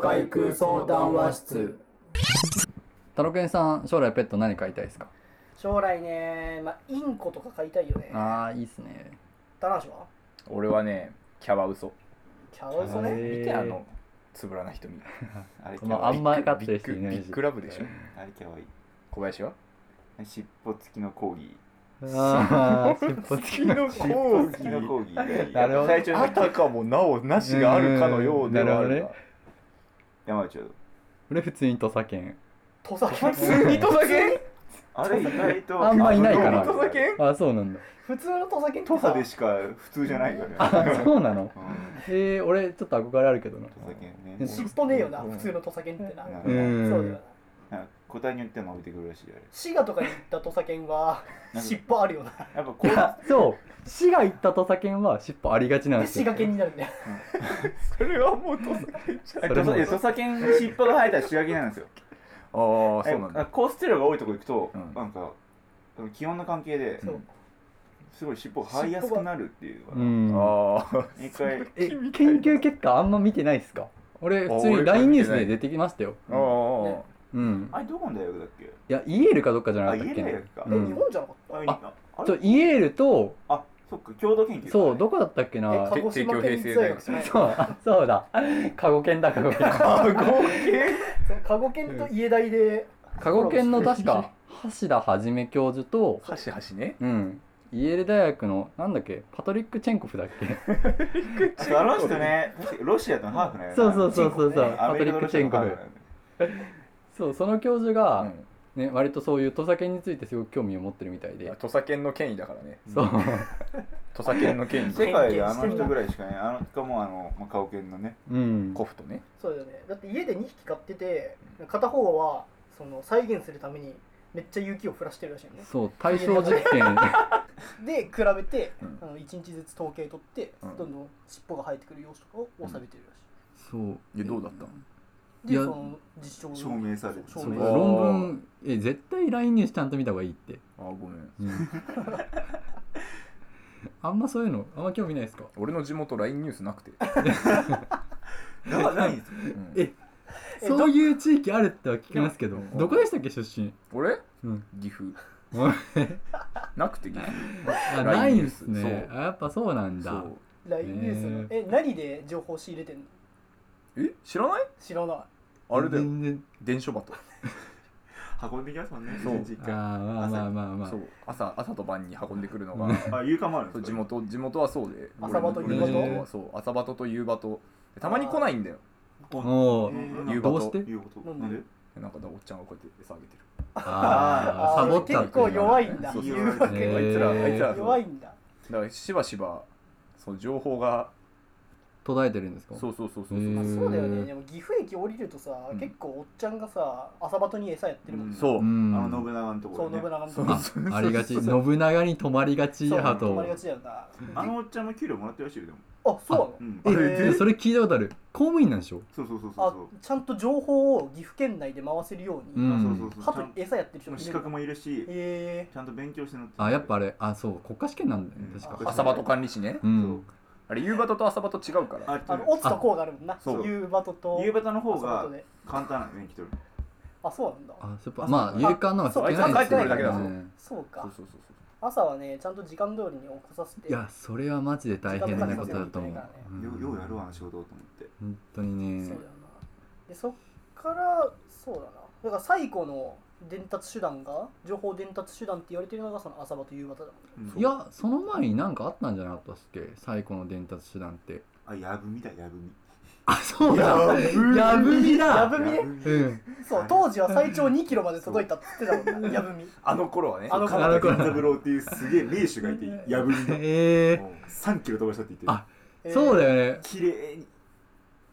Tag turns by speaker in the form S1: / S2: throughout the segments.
S1: 海空相談話室
S2: タロケンさん将来ペット何飼いたいですか
S1: 将来ね、まあ、インコとか飼いたいよね
S2: ああいいっすね
S1: 田中は
S3: 俺はねキャワウソ
S1: キャワウソ
S4: キャワウ
S1: ね
S4: ソ
S3: 見てあのつぶらな瞳
S4: あれ
S2: まああんま飼ってる人
S3: ビ
S2: い
S3: ッグ
S2: な
S3: ビ
S2: いし
S3: ッグラブでしょ
S4: あれキャワいい
S3: 小林は
S4: 尻尾付きのコーギー
S2: ああ尻尾付きの
S3: の
S4: 尻尾付きのコーギーがいい
S2: なるほど
S4: 最 初
S3: あ
S4: に
S3: たかもなおなしがあるかのようではあ
S2: うんな
S3: る
S2: る
S3: が
S2: ほ
S4: 山内は
S2: 俺普通に土佐犬
S1: 土佐犬
S2: 通に土佐
S1: 犬
S4: あれ意外と
S2: あんまいないから
S4: 土佐犬
S2: あそうなんだ
S1: 普通の土佐犬って
S4: 土
S1: さ
S4: 佐でしか普通じゃないよね
S2: あ そうなの
S4: うん
S2: えー、俺ちょっと憧れあるけどな
S4: 土佐犬
S2: うん
S4: ね
S1: 尻尾ねえよな、
S4: うん
S1: 普通の土佐犬ってな、
S4: う
S1: そ
S2: う
S1: う
S2: ん
S1: だよなん
S4: なんか個体によっても伸びてくるらしいよあ
S1: 滋賀とかに行った土佐犬は
S4: なんか
S1: 尻尾あるよな
S4: れやっぱこ
S2: いうやそう滋賀行った土佐犬は尻尾ありがちなん
S1: で
S2: です
S1: 滋
S2: よ
S1: 賀犬になるんだよ
S3: それはもう土佐犬じ
S2: それも
S4: え土佐犬尻尾が生えたら仕上げなんです
S3: ゃ
S4: よ
S3: んああそうなん
S4: え
S3: だ
S4: コーステラが多いとこ行くと、
S3: うん
S4: なんか気温の関係で
S1: そう
S4: すごい尻尾が生えやすくなるっていうの
S2: う
S4: が
S2: ん
S3: ああ
S4: 一回
S2: え研究結果あんま見てないっすか俺普通に LINE ニュースで出てきましたよ
S3: あ ー
S2: うん
S4: あれどこの大学だっけ
S2: いやイエールかどっかじゃな
S4: あ
S2: かった
S4: 家
S2: っけ
S4: 大
S2: ね
S4: 学か、
S2: う
S1: え
S2: ん
S1: 日本じゃなかっ
S4: あいいなあ
S2: そう
S4: れ
S2: イエールと
S4: あそっか共同研究だね
S2: そうどこだったっけな
S1: たえ鹿児島県立大学じゃない
S2: そうあそうだカゴ犬だカゴ犬
S3: あ合計
S1: そう鹿児県と家大で
S2: カゴ犬の確 か橋田はじめ教授と
S3: はしはしね
S2: うんイエール大学のなんだっけパトリック・チェンコフだっけ
S4: あそうあの人ね確かロシアとのハーフね
S2: そうそうそうそ
S1: チェン
S2: う
S1: コ
S2: そう
S1: フね
S2: パトリック・チェンコフそうその教授
S3: う
S2: が、
S3: ん
S2: ね、割とそういう土佐犬についてすごく興味を持ってるみたいで
S3: 土佐犬の権威だからね
S2: そう
S3: 土佐犬の権威
S4: 世界であの人ぐらいしかねあの人もあの、まあ、顔犬のね
S2: うん
S3: コフとね
S1: そうだよねだって家で2匹飼ってて片方はその再現するためにめっちゃ雪を降らしてるらしいよね
S2: そう対象実 験
S1: で比べて、
S3: うん
S1: あの1日ずつ統計取って、
S3: うん
S1: どんどん尻尾が生えてくる様子とかを収めてるらしい、
S2: そう
S3: いやどうだった
S1: で
S2: いや
S1: その実証
S4: 証明される
S1: そう
S2: そ
S1: 証
S2: う
S1: 明
S3: あー
S2: 論文え絶対 LINE ニュースちゃんと見た方がいいって、
S3: あーごめん
S2: うん あんまそういうのあんま興味ないですか
S3: 俺の地元 LINE ニュースなくて、
S4: だからないんですよ
S3: うん
S2: え
S1: え
S2: そういう地域あるっては聞きますけど
S3: うん
S2: どこでしたっけ出身
S3: 俺
S2: うん
S3: 岐阜
S2: あ
S3: なくて岐阜
S2: ないんすね
S3: そ
S2: あやっぱそうなん
S3: そ
S2: だ
S3: う
S1: LINE ニュースの、
S2: ね
S1: え何で情報仕入れてんの
S3: え知らない
S1: 知らない
S3: あれだよ
S2: 全然
S3: 電書バト
S4: 運んできますもんね
S3: そう
S4: 一日一
S2: あー
S4: 回
S2: まあまあまあまあ
S3: そう朝朝と晩に運んでくるの
S2: う
S3: が
S2: ん
S4: あ夕刊もあるん
S3: そ
S4: で
S3: う
S4: す
S3: 地
S4: か
S3: 元地元はそうで
S1: 朝バト
S3: 俺の
S2: 夕バ
S3: 地
S2: ト
S3: 元はそう朝バトと夕バトたまに来ないんだよ
S2: も
S4: えー
S2: う
S4: 夕
S3: 方
S2: どうして
S4: いうこと
S1: なんで
S4: なんで
S3: なんかだからおっちゃんがこうやって餌あげてる
S2: あー
S1: あー
S2: サボった
S1: 結構弱いんだ
S3: そうそう
S4: 誘惑
S3: あいつらあいつらそう
S1: 弱いんだ
S3: だからしばしばそう情報が
S2: 途絶えてるんですか
S3: そうそうそうそう
S2: へ
S1: まあ
S2: ー
S1: そうだよねでも岐阜駅降りるとさ、
S3: うん
S1: 結構おっちゃんがさ朝バトに餌やってるもん、
S4: うん
S3: そううん
S4: あの信長のとこ
S1: そ
S4: ろ
S1: う
S4: ね
S1: 信長のと
S3: そう
S1: こ
S2: あありがち信長に止まりがち
S1: そう
S2: 派
S1: 止
S2: と
S1: まりがちだよな
S4: あのおっちゃんも給料もらってるらしいよでも
S1: あそうなの
S4: うん
S2: え
S3: あれ
S2: えそれ聞いたことある公務員なんでしょ
S4: そうそうそうそ
S1: あ
S4: うそう
S1: ちゃんと情報を岐阜県内で回せるよう
S2: う
S1: に、
S2: ん
S4: あそうそうそう
S1: ハ
S4: ちゃ
S1: ト
S4: ん
S1: に餌やってる人
S4: も
S1: も
S4: う
S1: い
S4: 資
S1: る
S4: 格もいるし
S1: え
S4: ちゃんと勉強しての
S2: あやっぱあれあそう国家試験なんだよね
S4: うん
S2: 確
S4: あ
S2: か
S3: 朝バト管理士ね
S2: う
S4: そうん
S3: あれ夕バトと朝バト違うから
S4: あ
S1: ー、あのオツとコウがあるもんな
S4: そう
S1: 夕バトと
S4: 夕方の方
S1: 朝バ
S4: が
S1: トで
S4: 簡単なんでねきとる
S1: あそうなんだ
S2: あやっぱ
S1: あ
S2: まあ
S1: そう
S2: 有感の方が少
S1: あ
S2: ない
S1: いつら帰ってくるだけだ
S3: ぞ
S2: うん
S1: そうか
S3: そうそうそうそう
S1: 朝はねちゃんと時間通りに起こさせて
S2: いやそれはマジで大変なことだと
S1: 時間
S2: 思う
S1: かか
S2: うん
S4: よようやるわあの仕事と思って
S2: 本当に
S1: そうだよ
S2: ね
S1: なでそっからそうだなだから最古の伝達手段が情報伝達手段って言われてるのがその朝場と夕方だもんね
S4: うん
S2: いやその前になんかあったんじゃなかったっすっけ最古の伝達手段って
S4: あやぶみだやぶみ
S2: あそうだやぶみ
S1: や
S2: だ
S1: ぶみね
S2: うん
S1: そう当時は最長2キロまで届いたって言ってたもんなやぶみ
S3: あの頃はね
S1: あの
S4: 金田健三郎っていうすげえ名手が いてやぶみの
S2: ええ
S4: 3キロ飛ばしたって言ってる
S2: あそう
S1: だ
S2: だよね
S4: 綺麗に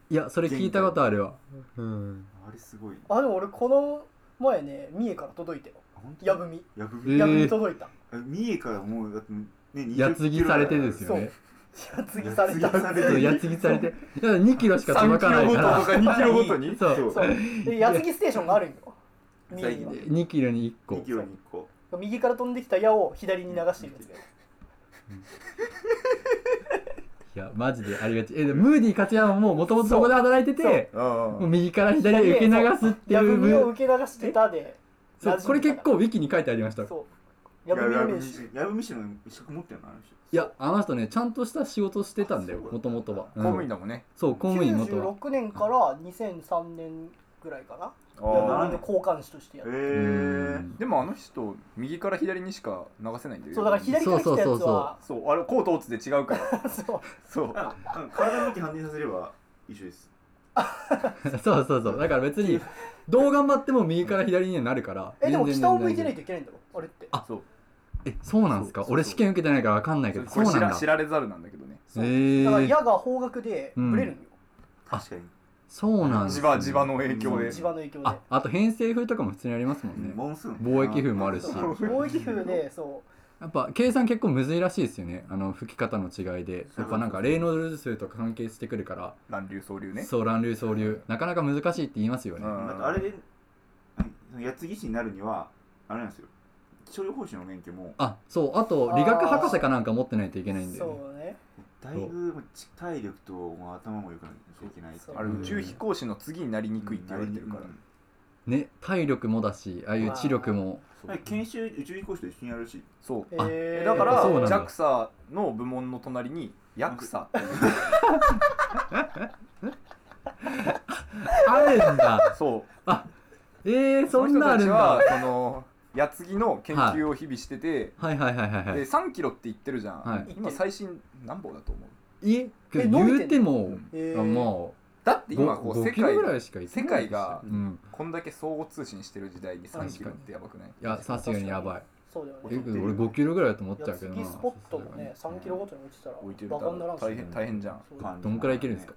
S2: いやそれ聞いたことあるわうん
S4: あれすごい
S1: あでも俺この前ね三重から届いてよやぶ
S4: み
S1: み
S4: やぶ
S2: え
S4: み
S1: やぶみ届いた
S4: 三重からもうだってね20
S2: やつぎされてですよね
S1: やつぎされた
S4: やつぎされて
S2: そうやつぎされていや2キロしか届かないから
S4: 2キロごとに
S2: そう
S1: そうでやつぎステーションがあるんよ三重には
S4: 最
S2: 2キロに1個
S4: 2キロに1個
S1: 右から飛んできた矢を左に流してるやつだよ
S2: いやマジでありがちえでムーディ勝山ももともとそこで働いてて
S3: うん
S2: もう右から左へ受け流すってい
S1: やぶ
S2: う
S1: みを
S2: 文
S1: 受け流してたで
S2: そう
S1: ラジオ
S2: これ結構ウィキに書いてありましたい
S1: そうやぶみの名手
S4: やぶみしの資格持ってるのあの人
S2: やあの人ねちゃんとした仕事してたんだよ
S4: あそう
S2: もともとは、
S3: 公
S2: うん
S3: 務員だもんね。
S2: そう公務員元は
S1: 96年から2003年ぐらいかな
S3: あ
S1: 7
S3: ー
S1: 年の交換手としてや
S4: へ
S1: る
S2: う
S4: え
S2: ん
S3: でもあの人右から左にしか流せないんだよ。
S1: そうだから左から来たやつ
S2: そうそう
S1: は
S3: そうあれコート打つで違うから。
S1: そう
S3: そう。
S4: 体の向き反転させれば一緒です
S2: そうそうそうだから別にどう頑張っても右から左にはなるから
S1: えでも
S2: 全然
S1: 北を向いてない
S2: 全然
S1: といけないんだろあれって
S2: あ
S3: そう。
S2: えそうなんですか
S3: そうそう
S2: 俺試験受けてないから分かんないけど
S3: こ
S2: そう
S3: れ知
S2: なん
S3: ら
S2: だ
S3: 知られざるなんだけどね。
S1: そう
S2: へ
S1: だから
S2: ー
S1: 矢が方角でブレるのよ
S2: あ
S4: 確かに
S2: そうなんです
S3: 地
S2: ね
S3: 場地場の影響
S4: うん
S3: で。
S1: 地場の影響で
S2: ああと偏西風とかも普通にありますもんね
S4: モンスーン
S2: 貿易風もあるし
S1: そう貿易風でそう
S2: やっぱ計算結構むずいらしいですよねあの吹き方の違いでやっぱなんかレイノルズ数とか関係してくるから、
S3: 乱流走流ね。
S2: そう乱流走流なかなか難しいって言いますよね、
S3: うん
S4: あとあれでうん八つぎ師になるにはあれなんですよ気象予報士の免許も
S2: あそうあと理学博士かなんか持ってないといけないんだよ、ね、
S1: そうね
S4: だいぶ体力ともう頭も良くなきゃいけないって
S1: そう
S3: あれ宇宙飛行士の次になりにくいって言われてるから。
S2: ね体力もだしああいう知力も
S4: うん研修宇宙飛行士と一緒にやるし
S3: そう。
S2: あ
S1: えー
S3: だから
S2: そうなんだ
S3: JAXA の部門の隣にヤクサっていう
S2: あるんだ
S3: そう
S2: えー、そんなあるんだ
S3: その
S2: は
S3: 人たちはその矢継ぎの研究を日々してて、
S2: いはいはいはいは
S3: で
S2: い
S3: 3キロって言ってるじゃん、
S2: はい
S3: 今最新何本だと思う
S2: えけ
S1: え
S2: ど
S1: 伸びてんの
S2: 言うても
S1: え
S2: あ
S1: ー
S2: まあ
S3: だって今こう世
S2: 5キロ
S3: 界
S2: ぐら
S3: が
S2: いしかいって
S3: 世
S2: ない
S3: 界
S2: ですよ
S3: が
S2: うん
S3: こんだけ相互通信してる時代に3キロってやばくない
S2: いやさすがにやばい
S1: そうだよ
S2: え
S1: ね
S2: けど俺5キロぐらいだと思っちゃ
S1: 矢
S2: うけ
S1: 継
S2: ど
S1: ぎ
S2: な
S1: スポットもね
S2: さすが
S1: 3キロごとに落ちてたら
S3: 置いてる
S1: バ
S3: か
S1: カにな
S3: ら
S1: らんし
S3: 大変大変じゃん
S1: そう
S4: 感
S2: に
S4: じ
S2: どんくらいいけるんですか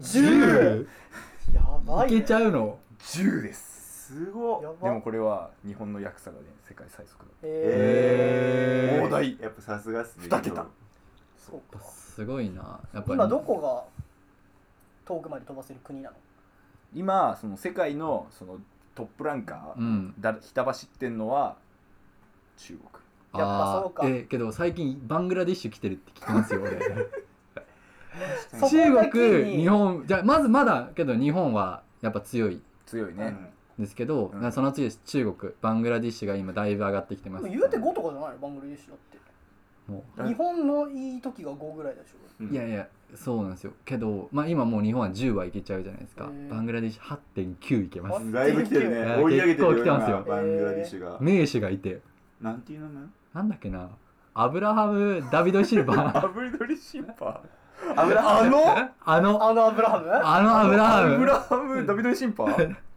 S1: 10やばい
S2: い
S1: ね
S2: けちゃうの
S3: 10です
S4: すご
S1: や
S4: っ
S3: で
S1: ば
S3: もこれは日本のヤクサがね世界最速だ
S1: え
S3: ー大台
S4: やっぱさすがっすね
S3: 二桁
S1: そうか
S2: すごいなやっぱり
S1: 今どこが遠くまで飛ばせる国なの
S3: 今その世界のそのトップランカ
S2: う
S3: ー
S2: ん
S3: だひた走ってんのは中国
S1: やっぱそうか
S2: あーえーけど最近バングラディッシュ来てるって聞きますよ俺
S1: そこだ
S2: 中
S1: けに
S2: 国日本じゃあまずまだけど日本はやっぱ強い
S3: 強いね、
S4: ね
S2: ですけど、
S3: うん
S2: その次です中国バングラディッシュが今だいぶ上がってきてます
S1: でも言うて5とかじゃないのバングラディッシュだっ
S2: も
S1: て日本のいい時が5ぐらいでしょ
S2: ういやいやそうなんですよけど、まあ、今もう日本は10はいけちゃうじゃないですか、
S1: うん
S2: バングラディッシュ8.9いけます
S4: だいぶ来てる
S1: い
S4: ね
S2: や
S4: 追い上げて
S2: 結
S4: る
S2: 構来てますよ
S4: 今バングラディッシュが
S2: 名手がいて
S4: なんていう名前
S2: なんだっけなアブラハム・ダビド・シルバー
S3: アブリドリシンパ
S4: アブラハム
S3: の
S2: あの
S1: あのアブラハム
S2: あのアブラハム
S3: アブラハムダビドリシンパ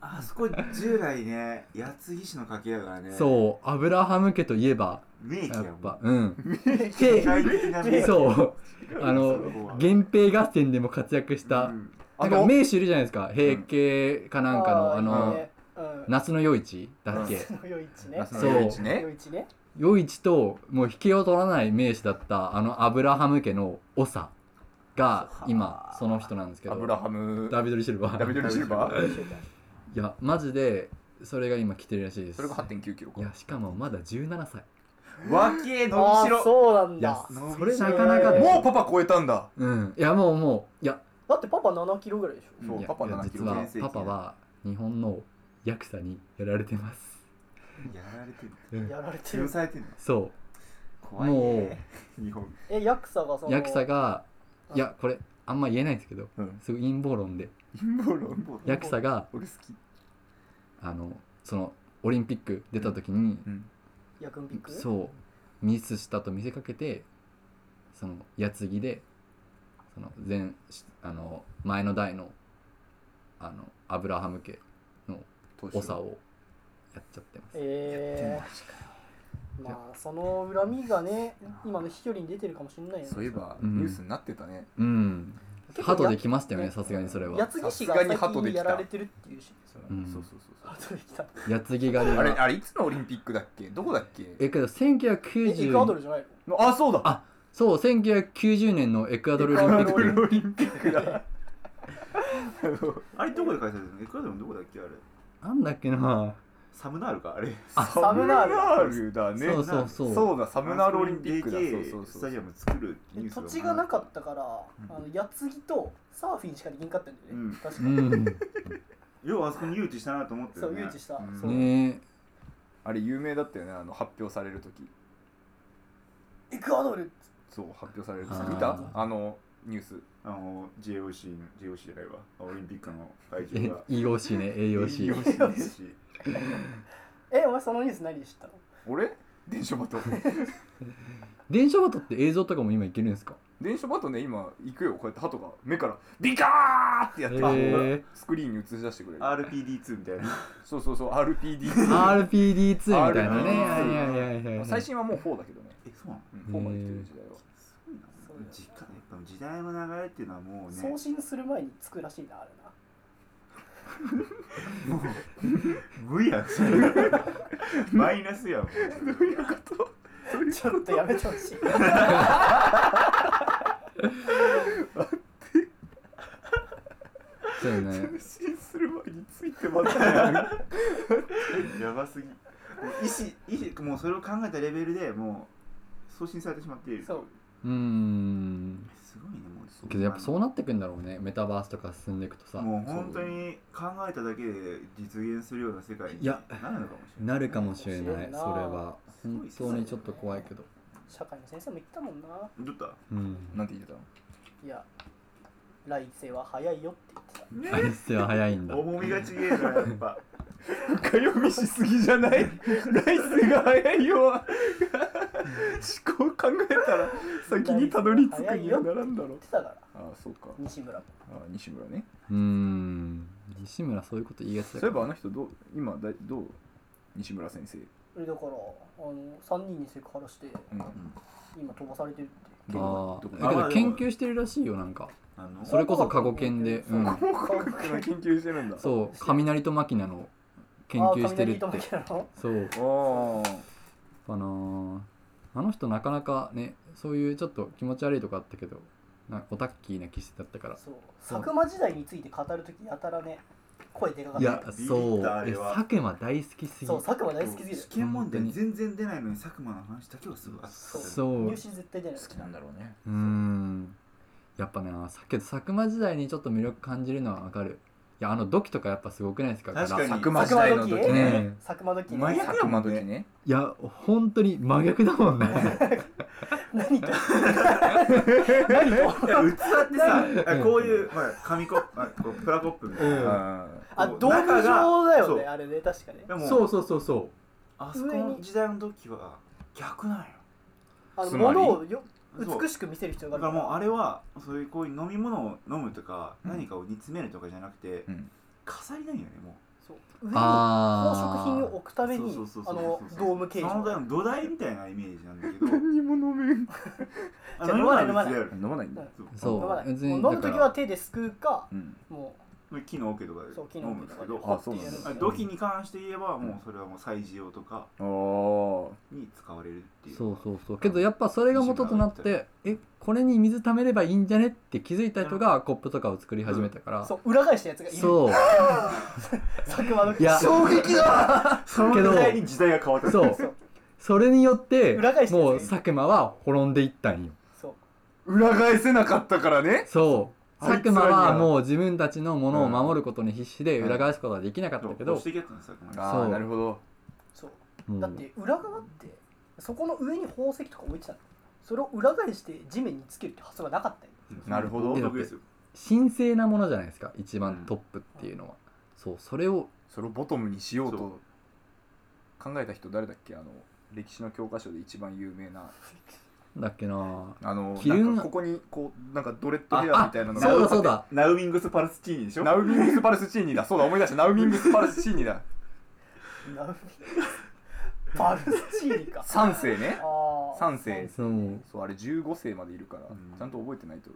S4: あそこ従来ね八つぎ師の掛けやからねう
S2: そうアブラハム家といえば
S4: 名機
S2: や
S4: や
S2: っ
S4: も
S2: ぱ
S4: ん
S2: うん
S4: 世界的な名機
S2: そう
S4: う
S2: あの源平合戦でも活躍した、
S4: うん
S2: な
S3: あ
S2: んか
S3: の
S2: 名手いるじゃないですか平家かなんかのあ
S1: ーいい
S2: の
S1: ね うん
S2: 夏の夜市だっけ
S1: 夏の夜市ね
S3: 夏の夜市ね
S1: 夜市ね
S2: 夜市ともう引けを取らない名手だったあのアブラハム家の長が今その人なんですけど
S3: アブラハム
S2: ダビドリシルバ
S3: ダビ
S2: ー
S3: ドリシルバー
S2: いやマジでそれが今来てるらしいです
S3: それが8.9キロか
S2: いやしかもまだ17歳
S4: わけえ伸び
S1: あ
S4: し
S1: ー
S4: ろ
S1: そうなん
S2: いや
S1: だ
S2: それなかなかだよ
S3: もうパパ超えたんだ
S2: うんいやもうもういや
S1: だってパパ7キロぐらいでしょ
S4: そう
S2: いや
S3: パパ
S2: いや
S3: 7キロ
S2: 実は
S4: 全盛期
S2: パパは日本のヤクザにやられてます
S4: やられてる
S2: うん
S1: やられて
S4: 潰
S1: る
S4: されてるの
S2: そ
S4: 怖いね日本
S1: えヤクザがそうの
S2: ヤクザが
S1: うん
S2: いやこれあんま言えないんですけど
S3: うん
S2: すごい陰謀論で
S3: 陰謀論
S2: ヤクザが
S3: 俺好き
S2: あのそのオリンピック出た時に
S3: うん
S1: ヤクンピック
S2: そうミスしたと見せかけてその矢継ぎでその前あの前の代のあのアブラハム家長をやっちゃってます
S1: え
S3: マジか
S1: ー、まあその恨みがね今の飛距離に出てるかもしれないよね
S3: そういえば
S2: うん
S3: ニュースになってたね
S2: うん
S1: 結構
S2: ハトで来ましたよねさすがにそれ
S1: や
S2: は
S1: つぎ師が
S3: さすがに
S1: 最
S3: 鳩で
S1: 近
S3: きた
S1: やられてるっていうし
S2: うん
S3: そうそうそうそう
S1: ハトできた
S2: 矢継ぎ狩り
S3: あれ
S2: は
S3: あれいつのオリンピックだっけどこだっけ
S2: えけ
S1: えエクアド
S2: ど1990
S1: ルじゃないの
S3: のあそうだ
S2: あそう1990年のエクアドルオリンピック
S3: オリンピックだ
S4: あれどこで開催するのエクアドルのどこだっけあれ
S2: なんだっけな
S4: サムナールかあれ
S2: あ
S1: サムナー
S3: サム
S1: ル
S3: ナールだね
S2: そうそうそう
S3: そうだサムナールオリンピックだ
S4: でけえ
S3: そうそう
S4: ス
S3: そ
S4: タ
S3: う
S4: ジアム作る
S1: で
S4: ニュース
S1: 土地がなかったから、
S4: うん
S1: あの矢継ぎとサーフィンしかできんかったんだよね、
S4: うん
S1: 確か
S2: う
S1: に、
S2: ん
S4: ようあそこに誘致したなと思って
S1: そう誘致した、
S3: うん
S1: そう
S2: ね
S3: あれ有名だったよねあの発表される時
S1: エクアドル
S3: そう発表される
S2: あ
S3: 時
S2: ー
S3: 見たあのニュース
S4: あの JOC の JOC じゃないわオリンピックの会
S2: え
S4: 場が
S2: EOC ね AOC
S1: えお前そのニュース何で知ったの
S3: 俺電書バト
S2: 電車バトって映像とかも今いけるんですか
S3: 電書バトね今行くよこうやって鳩が目からビカーってやって
S2: へー
S3: スクリーンに映し出してくれる
S4: RPD2 みたいな
S3: そうそうそう RPD
S2: RPD2 みたいなね
S3: RPD
S2: はいはいはいはい
S3: ま
S2: は
S3: あ
S2: い
S3: 最新はもう4だけどね、
S4: えそうなの
S3: うん、4まで来てる時代は
S4: すごいな
S1: そうだよ
S4: 時間やっぱ時代の流れっていうのはもうね
S1: 送信する前につくらしいなあれな
S4: もう無理やん それマイナスやんもう
S1: ちょっとやめてほ しい
S2: そうよね
S3: 通信する前についてまたね
S4: やばすぎもう意思意思もうそれを考えたレベルでもう送信されてしまっている
S1: そう
S2: うーん
S4: すごいねもう
S2: けどやっぱそうなってくんだろうねメタバースとか進んでいくとさ
S4: もう本当に考えただけで実現するような世界に
S2: いや
S4: なるのかもしれな
S1: 面
S2: なるかもしれ
S4: い
S1: 白い
S2: ないそ
S1: な
S2: れは本当にちょっと怖いけど
S1: 社会の先生も言ったもんな
S4: どうだっ
S2: うん
S3: なんて言ってたの
S1: いや来世は早いよって言ってた
S2: アイスは早いん
S4: た
S2: だ
S4: 重みが違えなやっぱ
S3: 深読みしすぎじゃない来世が早いよ思考考えたら先にたどり着くにはならんだろ
S1: 言ってたから
S3: ああそうか
S1: 西村も
S3: ああ西村ね
S2: うーん西村そういうこと言いがち
S3: そ
S2: だ
S3: うい
S2: か
S3: えばあ
S2: ら
S3: の人どう今だいどう西村先生、
S1: それだからあの3人にセクハラして
S3: うん、
S1: 今飛ばされてるって
S2: あ
S3: どこど
S2: ー
S3: こ
S2: だけど研究してるらしいよなんか
S4: あの
S2: それこそ過去研で
S1: そう
S2: うん
S1: 過去
S3: 科学の研究してるんだう
S2: そう雷とマキナの研究してるっ
S1: あ雷
S2: て
S1: と負けなの
S2: そ
S3: あ
S2: う
S3: あ
S2: かなーあの人なかなかねそういうちょっと気持ち悪いとこあったけどなんかオタッキーな気質だったから
S1: そう佐久間時代について語るときやたらね声でかかっ
S2: い
S1: た
S2: や
S4: ビビった
S2: そう
S4: あ
S2: え
S4: れは
S2: 佐久間大好きすぎ
S1: そう佐久間大好きすぎる
S4: 試験問題
S2: 本当
S4: 全然出ないのに佐久間の話だけはすごい熱かった
S2: そう
S1: 入
S2: う
S1: 試絶対出ない
S3: 好きなんだろうね
S2: ーんやっぱなさけど佐久間時代にちょっと魅力感じるのはわかるいやあの土器とかやっぱすごくないですか
S4: 確か
S2: 柄
S4: に
S3: 佐久間時代の時
S1: 佐久間
S2: ね
S3: ね
S1: 佐久間時
S4: マニア
S1: ね
S4: ック
S3: 佐久間時ね
S2: いや本当に真逆だも んね
S1: 何と
S4: いや器ってさ こういう、まあ、紙コップあこうプラコップみたいな、
S3: あ
S1: あ
S4: こう
S1: ドーム状だよ
S4: 中
S1: ね
S4: が
S1: あれね確かね
S4: そうでも
S2: そうそうそうそ
S4: あそこの時代の時は逆なんよ
S1: あの
S3: つまり
S1: 物をよ
S4: そう
S1: 美しく見せる必要が
S4: だ
S1: あ
S4: から
S1: る
S4: もうあれはそういうこういう飲み物を飲むとか、
S3: うん
S4: 何かを煮詰めるとかじゃなくて、
S3: うん
S4: 飾りなんよねもう
S1: そう上に
S2: う
S1: 宝
S2: あ
S1: 飾
S2: ー
S1: 品を置くために
S4: そうそうそう
S1: あ
S4: そう
S1: のドーム形
S4: その
S1: 状
S4: 土台みたいなイメージなんだけど
S3: あ何も飲めん
S4: あ
S1: じゃあ
S4: 飲み物は
S1: 飲まない
S4: 別である
S3: 飲まないんだ
S4: そう
S2: そう
S1: 飲まない
S2: 別に
S1: もう飲む
S2: だ
S1: 時
S2: から
S1: は手ですくうか
S3: うん
S1: も
S4: これ木の桶とか
S1: うそう
S4: で
S1: 木
S4: 飲
S1: の
S4: むん
S1: 木と
S4: です
S1: か
S4: け
S1: で
S4: ど
S3: あそうなんだ
S1: 掘
S4: あ
S1: って
S4: 土器に関して言えばもうそれはもう祭事用とか
S3: あー
S4: に使われるっていう
S2: そうそうそうけどやっぱそれが元となっ
S4: 西村
S2: てえこれに水溜めればいいんじゃねって気づいた人がコップとかを作り始めたから、
S1: そう裏返したやつがいる
S2: そう
S1: 佐久間の
S2: いや
S4: 衝撃だその
S2: けど
S4: 時代に時代が 変わった
S2: そう
S1: そう
S2: それによって
S1: 裏返してる
S2: もう佐久間は滅んでいったんよ
S1: そう
S3: 裏返せなかったからね
S2: そう
S3: あい
S2: 佐
S3: つら
S2: 久
S3: には
S2: 間はもう自分たちのものを守ることに必死で
S3: うん
S2: 裏返すことはできなかったけ
S4: そう
S2: ど
S4: してきやったんですよこの間
S3: あ
S2: そ
S3: あ
S2: う
S3: なるほど
S1: そう
S2: うん
S1: だって裏側ってそこの上に宝石とか置いてたのそれを裏返して地面につけるって発想がなかったよ
S3: なるほど
S4: 冒涜ですよ
S2: 神聖なものじゃないですか一番
S4: うん
S2: トップっていうのは、そうそれを
S3: それをボトムにしよう
S4: そう
S3: と考えた人誰だっけあの歴史の教科書で一番有名な
S2: だっけな
S3: あの
S2: キルン
S3: なんかここにこうなんかドレッドヘアみたいなの
S2: そうだ
S3: が
S2: そうだ
S4: ナウミングスパルスチーニでしょ
S3: ナウミングスパルスチーニだそうだ思い出したナウミングスパルスチーニ だ
S1: ナウミバルスチーニか
S3: 3世ね
S1: あ
S3: 三世
S2: そう
S3: そうあれ15世までいるから、
S4: うん
S3: ちゃんと覚えてないと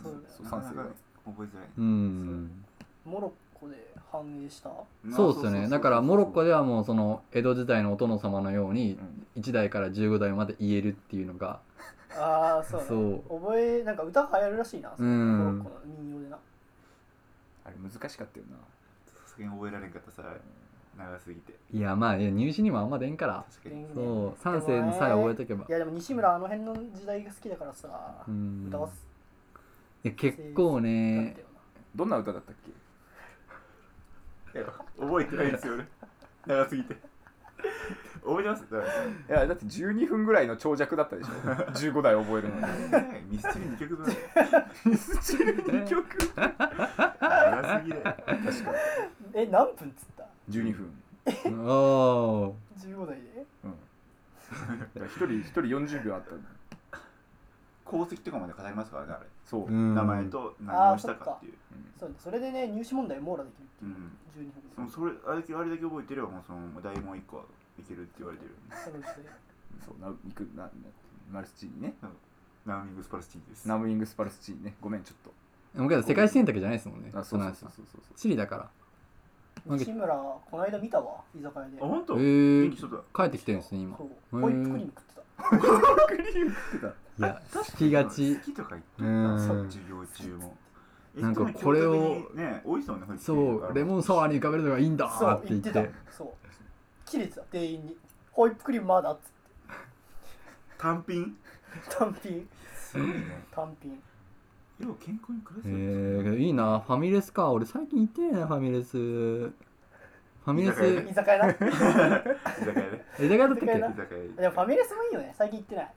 S1: そうだよ
S3: そう3世がね
S4: 覚えづらい
S2: うん
S1: モロッコで繁栄した
S2: そうですよねだからモロッコ
S4: で
S2: ではもうその江戸時代のお殿様のように
S3: うん
S2: 1代から15代まで言えるっていうのが
S1: ああそう,、ね、
S2: そう
S1: 覚えなんか歌が流行るらしいな、
S2: うん
S1: モロッコの民謡でな
S3: あれ難しかったよな
S4: さすがに覚えられんかったさ長すぎて
S2: いやまあいや入試にもあんま出んから
S4: 確かに
S2: そう3世さえ覚えとけば
S1: いやでも西村あの辺の時代が好きだからさ
S2: う、ん
S1: 歌わす
S2: いや結構
S1: なん
S2: ね
S1: ていうの
S3: どんな歌だったっけ
S4: いや覚えてないんですよ俺長すぎて覚えてますだから
S3: いやだって12分ぐらいの長尺だったでしょ 15台覚えるのに
S4: ミスチル2曲分
S3: ミスチル2曲
S4: 長すぎだよ確か
S1: え何分っつった
S3: 12分
S2: おー
S1: 15代で
S3: うん1人1人40秒あったの
S4: 功績とかまで語りますからねあれ
S3: そう、
S2: うん
S4: 名前と何をしたかっていう
S1: そうそれでね入試問題網羅できるって
S4: う
S1: いうん12分
S4: そのそれあれだけあれだけ覚えてればもうその大問1個はいけるって言われてる
S1: そのうちで
S3: そうな肉ななマルスチーニね
S4: ナーミングスパルスティンです
S3: ナムイングスパルスチーニねごめんちょっと
S2: もうけど世界選択じゃないですもんね
S3: あそうそうそうそうそう
S2: チリだかなんか
S1: 西村この間見たわ居酒屋で
S4: あ本当
S2: らへえ
S4: 元気しと
S2: ー、
S4: った
S2: 帰ってきてるんですね今
S1: そうホイップクリーム食ってた
S3: クリーム食ってた
S2: いや好きがち
S4: 好きとか言ってた
S2: うん
S4: そう授業中もえ
S2: なんか
S4: でも
S2: これを
S4: 教育的にね多いですもんね保育園
S2: そうレモンサワーに浮かべるのがいいんだ
S1: そ
S2: ー
S1: う
S2: って
S1: 言
S2: 言
S1: っ
S2: ってて
S1: たそう切れてた店員にホイップクリームまだっつって
S4: 単品
S1: 単品
S4: すごいね
S1: 単品
S4: よう健康に暮ら
S2: え
S4: せる
S2: ー、いいなファミレスか俺最近行ってないなファミレスファミレス
S1: 居酒屋だ 居酒屋でも
S2: えだからだったっけ
S4: 居酒屋で居酒屋
S1: ファミレスもいいよね最近行ってない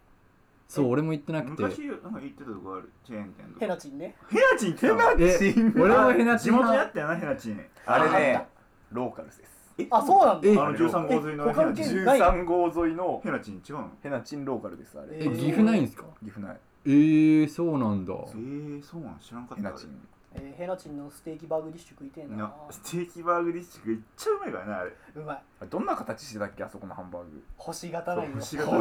S2: そう俺も行ってなく
S4: 昔
S2: て
S4: なんか言ってたとこあるチェーン店とか
S1: ヘナチンね
S4: ヘナチン来たの
S2: え俺もヘナチ
S4: 地
S2: ン
S4: 元や
S2: 派
S4: ったよなヘナチン
S3: あれ
S1: あっ
S3: ねローカルズです
S4: え
S1: あそうなんだ
S2: え
S4: あの13号沿い
S1: え
S4: のヘナチ
S1: え
S4: ン
S1: ない
S3: 13号沿いの
S4: ヘナチン違うの
S3: ヘナチンローカルですあれ
S2: え岐阜ないんですか
S3: 岐阜ない
S2: えー、そうなんだ
S4: えー、そうなん知らんかっ
S3: ヘ
S4: た
S3: ナチン
S1: えーヘナチンのステーキバーグディッシュ食いてえ
S4: あれな
S1: な
S4: ステーキバーグディッシュめっちゃうまいからなあれ
S1: うまい
S3: あどんな形してたっけあそこのハンバーグ
S1: 星型なんよ
S4: そう星型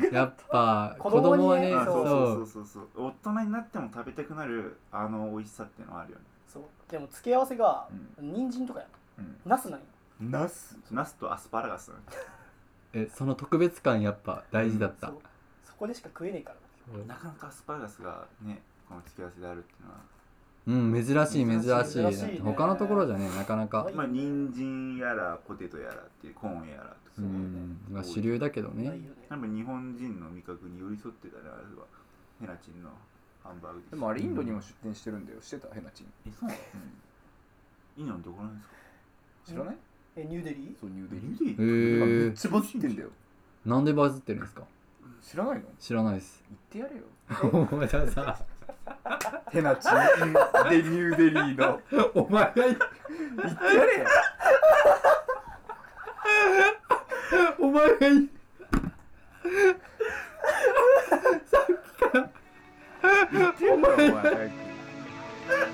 S4: 欲
S2: やっぱ
S1: 子
S2: 子
S1: 供に
S2: 供は
S1: え
S2: ね
S1: ー
S4: あそう
S2: そ
S4: そう
S2: う
S4: そうそうそう大人になっても食べたくなるあの美味しさっていうのはあるよね
S1: そうでも付け合わせが
S3: う
S1: 人参とかや
S3: うん
S1: ナスなんよ
S3: ナス
S4: ナスとアスパラガスなの
S2: えその特別感やっぱ大事だった、
S1: そうそこでしか食えねえから
S4: なかなかアスパラガスがねこの付け合わせであるっていうのは
S2: うん珍しい珍しい
S1: 珍しいね
S2: 他のところじゃねなかなか
S1: はい
S4: まあ人参やらポテトやらっていうコーンやらとか
S2: う
S4: ね
S2: んまあ主流だけど
S1: ないよ
S2: ね
S1: ね
S4: 多分日本人の味覚に寄り添ってたらあれはヘナチンのハンバーグ
S3: でもあれインドにも出店してるんだよしてたヘナチン、
S4: えそうなの
S3: うん
S4: インドのどこなんですか
S3: 知らない
S1: えニューデリ
S3: そうニューデリー
S4: ビリ
S2: へー
S3: めっちゃバズってんだよ
S2: なんでバズってるんですか
S3: 知らないの言っ
S2: 知らないです
S3: てやれよ
S2: お前がさ
S3: ヘナチンインデニューデリーの
S2: お前が言
S3: 言
S2: っ
S3: ってやれよ
S2: お前が言っ
S3: 言ってやれよお前早く